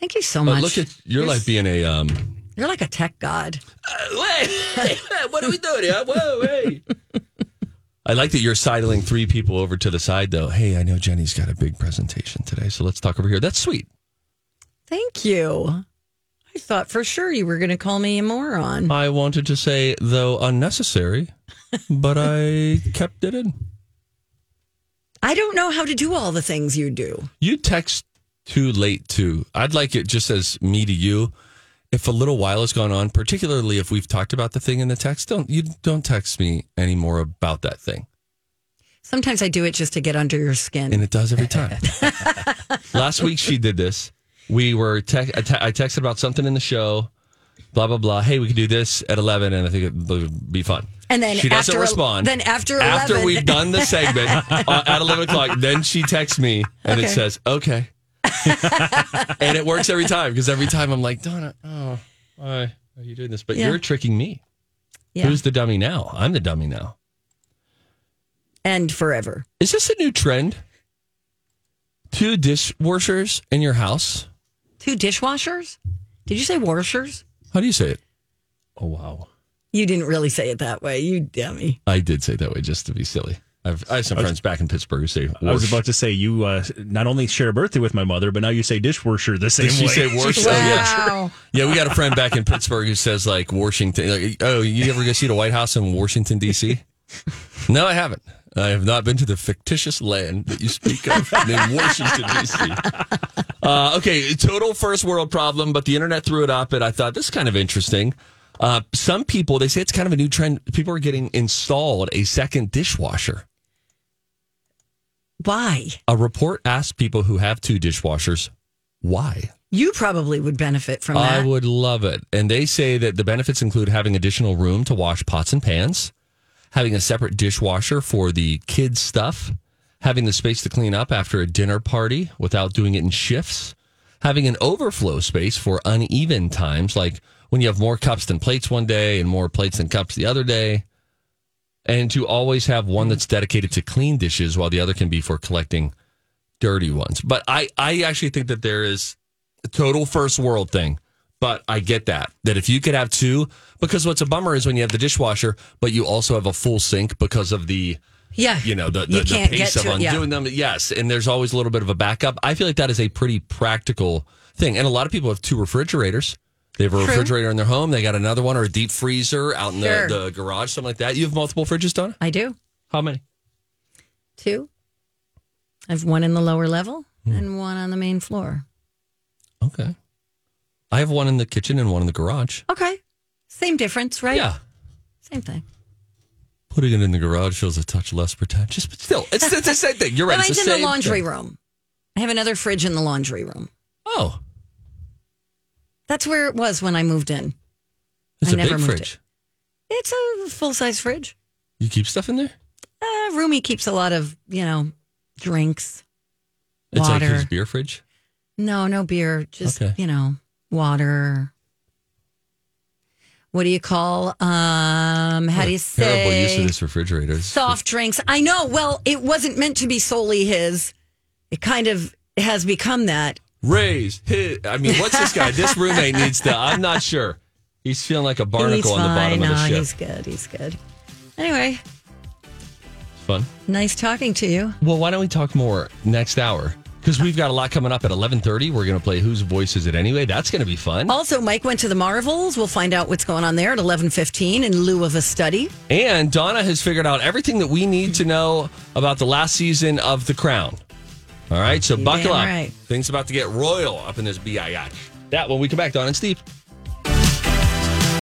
[SPEAKER 1] Thank you so
[SPEAKER 10] But
[SPEAKER 1] much.
[SPEAKER 10] look at you're like being a um.
[SPEAKER 1] You're like a tech god.
[SPEAKER 10] Wait, what are we doing here? Whoa, hey. I like that you're sidling three people over to the side though. Hey, I know Jenny's got a big presentation today, so let's talk over here. That's sweet.
[SPEAKER 1] Thank you. I thought for sure you were going to call me a moron.
[SPEAKER 10] I wanted to say though unnecessary, but I kept it in.
[SPEAKER 1] I don't know how to do all the things you do.
[SPEAKER 10] You text too late too. I'd like it just as me to you. If a little while has gone on, particularly if we've talked about the thing in the text, don't you don't text me anymore about that thing.
[SPEAKER 1] Sometimes I do it just to get under your skin.
[SPEAKER 10] And it does every time. Last week she did this. We were tec- I, te- I texted about something in the show, blah blah blah. Hey, we could do this at eleven, and I think it would be fun.
[SPEAKER 1] And then
[SPEAKER 10] She doesn't
[SPEAKER 1] after,
[SPEAKER 10] respond.
[SPEAKER 1] Then after
[SPEAKER 10] after
[SPEAKER 1] 11,
[SPEAKER 10] we've done the segment uh, at eleven o'clock, then she texts me and it
[SPEAKER 1] Okay.
[SPEAKER 10] says okay, and it works every time because every time I'm like Donna, oh, why are you doing this? But
[SPEAKER 1] Yeah.
[SPEAKER 10] you're tricking me.
[SPEAKER 1] Yeah.
[SPEAKER 10] Who's the dummy now? I'm the dummy now.
[SPEAKER 1] and forever.
[SPEAKER 10] Is this a new trend? Two dishwashers in your house?
[SPEAKER 1] Two dishwashers? Did you say washers?
[SPEAKER 10] How do you say it?
[SPEAKER 3] Oh wow.
[SPEAKER 1] You didn't really say it that way, you dummy.
[SPEAKER 10] I did say it that way just to be silly. I've, I have some friends back in Pittsburgh who say.
[SPEAKER 3] I was
[SPEAKER 10] "Warsh."
[SPEAKER 3] about to say you uh, not only share a birthday with my mother, but now you say dishwasher the same
[SPEAKER 10] Did she
[SPEAKER 3] way.
[SPEAKER 10] say worse? Oh, yeah. Yeah, we got a friend back in Pittsburgh who says like Washington. Like, oh, you ever go see the White House in Washington D.C.? no, I haven't. I have not been to the fictitious land that you speak of named Washington D.C. Uh, okay, total first world problem, but the internet threw it up, and I thought this is kind of interesting. Uh, some people they say it's kind of a new trend. People are getting installed a second dishwasher.
[SPEAKER 1] Why?
[SPEAKER 10] A report asked people who have two dishwashers why.
[SPEAKER 1] You probably would benefit from
[SPEAKER 10] I
[SPEAKER 1] that.
[SPEAKER 10] would love it. And they say that the benefits include having additional room to wash pots and pans, having a separate dishwasher for the kids' stuff, having the space to clean up after a dinner party without doing it in shifts, having an overflow space for uneven times, like when you have more cups than plates one day and more plates than cups the other day. And to always have one that's dedicated to clean dishes while the other can be for collecting dirty ones. But I, I actually think that there is a total first world thing. But I get that. That if you could have two, because what's a bummer is when you have the dishwasher, but you also have a full sink because of the
[SPEAKER 1] yeah.
[SPEAKER 10] you know the, the,
[SPEAKER 1] You
[SPEAKER 10] the
[SPEAKER 1] can't
[SPEAKER 10] pace
[SPEAKER 1] get
[SPEAKER 10] of
[SPEAKER 1] to it, yeah.
[SPEAKER 10] undoing them. Yes. And there's always a little bit of a backup. I feel like that is a pretty practical thing. And a lot of people have two refrigerators. They have a refrigerator in their home, they got another one or a deep freezer out in
[SPEAKER 1] Sure.
[SPEAKER 10] the, the garage, something like that. You have multiple fridges, Donna?
[SPEAKER 1] I do.
[SPEAKER 10] How many?
[SPEAKER 1] Two. I have one in the lower level
[SPEAKER 10] Hmm.
[SPEAKER 1] and one on the main floor.
[SPEAKER 10] Okay. I have one in the kitchen and one in the garage.
[SPEAKER 1] Okay. Same difference, right?
[SPEAKER 10] Yeah.
[SPEAKER 1] Same thing.
[SPEAKER 10] Putting it in the garage feels a touch less pretentious, but still, it's, it's the same thing. You're right.
[SPEAKER 1] But
[SPEAKER 10] it's
[SPEAKER 1] mine's in the
[SPEAKER 10] same
[SPEAKER 1] laundry
[SPEAKER 10] thing.
[SPEAKER 1] room. I have another fridge in the laundry room.
[SPEAKER 10] Oh,
[SPEAKER 1] That's where it was when I moved in.
[SPEAKER 10] it's
[SPEAKER 1] I
[SPEAKER 10] a
[SPEAKER 1] never moved
[SPEAKER 10] big fridge.
[SPEAKER 1] It's a full size fridge.
[SPEAKER 10] You keep stuff in there?
[SPEAKER 1] Uh, Roomy keeps a lot of, you know, drinks,
[SPEAKER 10] It's like
[SPEAKER 1] water.
[SPEAKER 10] his beer fridge.
[SPEAKER 1] no, no beer, just,
[SPEAKER 10] Okay.
[SPEAKER 1] you know, water. What do you call? Um, how do you
[SPEAKER 10] Terrible use of
[SPEAKER 1] say?
[SPEAKER 10] this refrigerator. It's-
[SPEAKER 1] Soft drinks. I know. Well, it wasn't meant to be solely his. It kind of has become that.
[SPEAKER 10] Raise hit. I mean, what's this guy? this roommate needs to. I'm not sure. He's feeling like a
[SPEAKER 1] he's
[SPEAKER 10] barnacle on the bottom
[SPEAKER 1] fine.
[SPEAKER 10] of the
[SPEAKER 1] no,
[SPEAKER 10] ship.
[SPEAKER 1] he's good. He's good. Anyway,
[SPEAKER 10] Fun.
[SPEAKER 1] nice talking to you.
[SPEAKER 10] Well, why don't we talk more next hour? Because we've got a lot coming up at 11:30. We're going to play Whose Voice Is It Anyway? That's going to be fun.
[SPEAKER 1] Also, Mike went to the Marvels. We'll find out what's going on there at 11:15 in lieu of a study.
[SPEAKER 10] And Donna has figured out everything that we need to know about the last season of The Crown. All right, so
[SPEAKER 1] You
[SPEAKER 10] buckle
[SPEAKER 1] damn
[SPEAKER 10] up.
[SPEAKER 1] right.
[SPEAKER 10] Things about to get royal up in this biatch. That when we come back, Donna and Steve.